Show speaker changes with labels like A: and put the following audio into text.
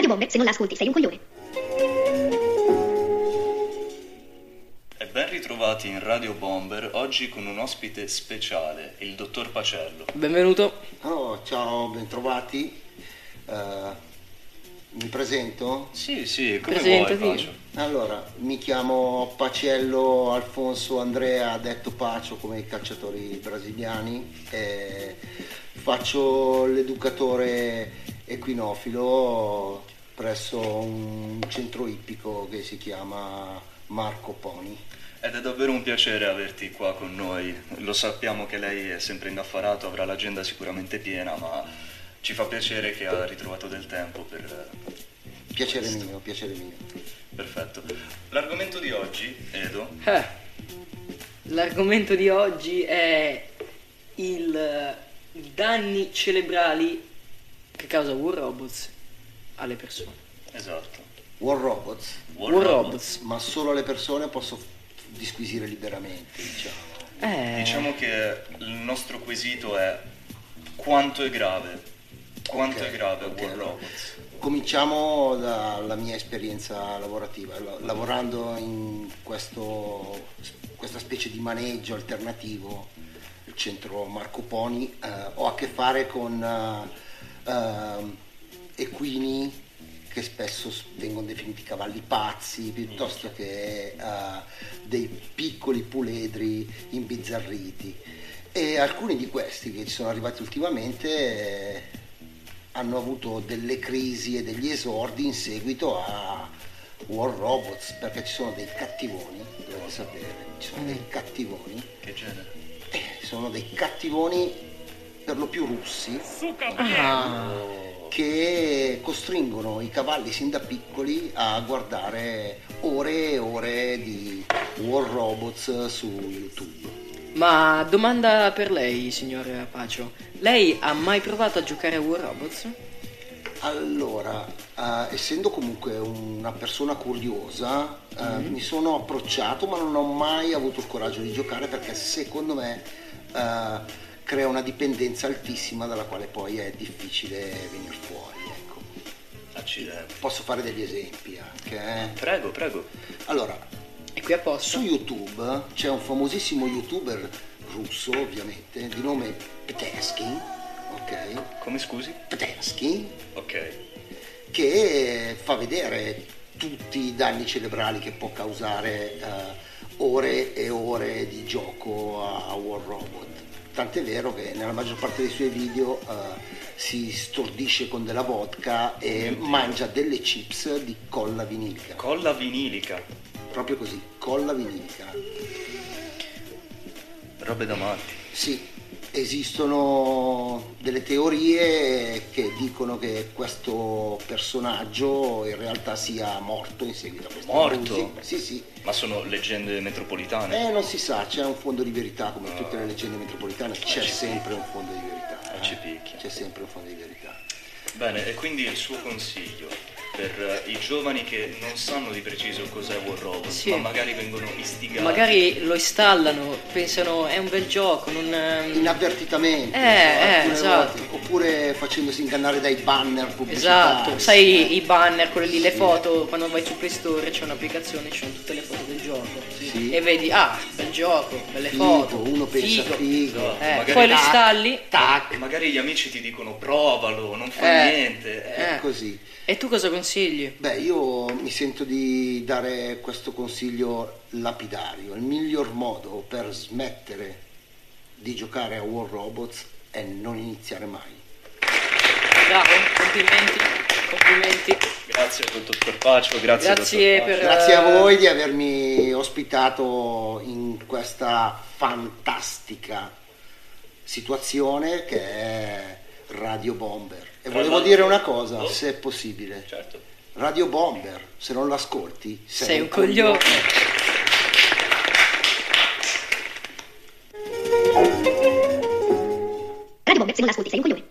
A: le bombe, se non la ascolti sei un coglione.
B: E ben ritrovati in Radio Bomber, oggi con un ospite speciale, il dottor Pacello.
C: Benvenuto.
D: Oh, ciao, bentrovati. Eh, mi presento?
B: Sì, sì, come
C: Presentati.
B: vuoi Pacio.
D: Allora, mi chiamo Pacello Alfonso Andrea, detto Pacio come i calciatori brasiliani. e faccio l'educatore equinofilo presso un centro ippico che si chiama Marco Poni.
B: Ed è davvero un piacere averti qua con noi. Lo sappiamo che lei è sempre indaffarato, avrà l'agenda sicuramente piena, ma ci fa piacere che ha ritrovato del tempo per...
D: Piacere mio, piacere mio.
B: Perfetto. L'argomento di oggi, Edo,
C: Eh, l'argomento di oggi è il, eh, i danni cerebrali che causa War Robots alle persone.
B: esatto.
D: War Robots,
B: War
C: War
B: Robots.
C: Robots.
D: ma solo alle persone posso disquisire liberamente, diciamo.
C: Eh,
B: Diciamo che il nostro quesito è quanto è grave. Quanto
D: Ok,
B: è grave
D: ok,
B: War
D: allora.
B: Robots?
D: Cominciamo dalla mia esperienza lavorativa, La- lavorando in questo- questa specie di maneggio alternativo, il centro Marco Poni, eh, ho a che fare con eh, ehm, equini che spesso s- vengono definiti cavalli pazzi piuttosto che eh, dei piccoli puledri imbizzarriti. E alcuni di questi che ci sono arrivati ultimamente eh, hanno avuto delle crisi e degli esordi in seguito a War Robots, perché ci sono dei cattivoni, devo sapere, ci sono dei cattivoni,
B: Che genere?
D: eh, sono dei cattivoni per lo più russi,
C: ah,
D: che costringono i cavalli sin da piccoli a guardare ore e ore di War Robots su YouTube.
C: ma domanda per lei, signor Pacio. Lei ha mai provato a giocare a War Robots?
D: Allora, eh, essendo comunque una persona curiosa, eh, mi sono approcciato, ma non ho mai avuto il coraggio di giocare perché secondo me eh, crea una dipendenza altissima dalla quale poi è difficile venire fuori. Ecco.
B: Accidenti.
D: Posso fare degli esempi anche. eh?
B: Prego, prego.
D: Allora,
C: È qui apposta.
D: su YouTube c'è un famosissimo youtuber russo, ovviamente, di nome Petesky, ok?
B: Come scusi?
D: Petesky,
B: Ok.
D: che fa vedere tutti i danni cerebrali che può causare eh, ore e ore di gioco a War Robot. Tant'è vero che nella maggior parte dei suoi video eh, si stordisce con della vodka e mangia delle chips di colla vinilica.
B: Colla vinilica.
D: Proprio così, colla vinilica.
B: Robe da matti.
D: Sì, esistono delle teorie che dicono che questo personaggio in realtà sia morto in seguito a questo.
B: Morto?
D: Sì, sì.
B: Ma sono leggende metropolitane?
D: Eh, non si sa, c'è un fondo di verità, come tutte le leggende metropolitane, c'è sempre un fondo di verità.
B: Ah,
D: eh.
B: ci picchia.
D: C'è sempre un fondo di verità.
B: Bene, e quindi il suo consiglio per eh, i giovani che non sanno di preciso cos'è War Robots,
C: Sì.
B: ma magari vengono istigati.
C: Magari lo installano, pensano è un bel gioco, non...
D: Inavvertitamente,
C: Eh,
D: alcune
C: eh, esatto.
D: volte, oppure facendosi ingannare dai banner pubblicitari.
C: Esatto, sai
D: eh.
C: i banner, quelle lì, le
D: Sì.
C: foto, quando vai su Play Store c'è un'applicazione, ci sono tutte le foto del gioco.
D: Sì.
C: E vedi, ah, bel gioco, belle
D: Figo,
C: foto.
D: uno pensa
C: figo.
D: figo.
B: Esatto.
C: Eh,
B: Magari
C: poi lo
B: tac,
C: installi
D: Tac,
B: Magari gli amici ti dicono provalo, non fa
C: Eh.
B: niente. eh.
C: Eh.
D: così.
C: e tu cosa consigli?
D: Beh, io mi sento di dare questo consiglio lapidario. Il miglior modo per smettere di giocare a War Robots è non iniziare mai.
C: Bravo, complimenti, complimenti.
B: Grazie al dottor Pacio, grazie,
C: Grazie
B: dottor Pacio.
C: per-
D: Grazie a voi di avermi ospitato in questa fantastica situazione che è Radio Bomber. E
B: Tra
D: volevo
B: l'altro-
D: dire una cosa,
B: Oh.
D: se è possibile.
B: Certo.
D: Radio Bomber, se non l'ascolti, sei,
C: Sei un coglione.
A: Radio bombe, se non la ascolti sei un coglione.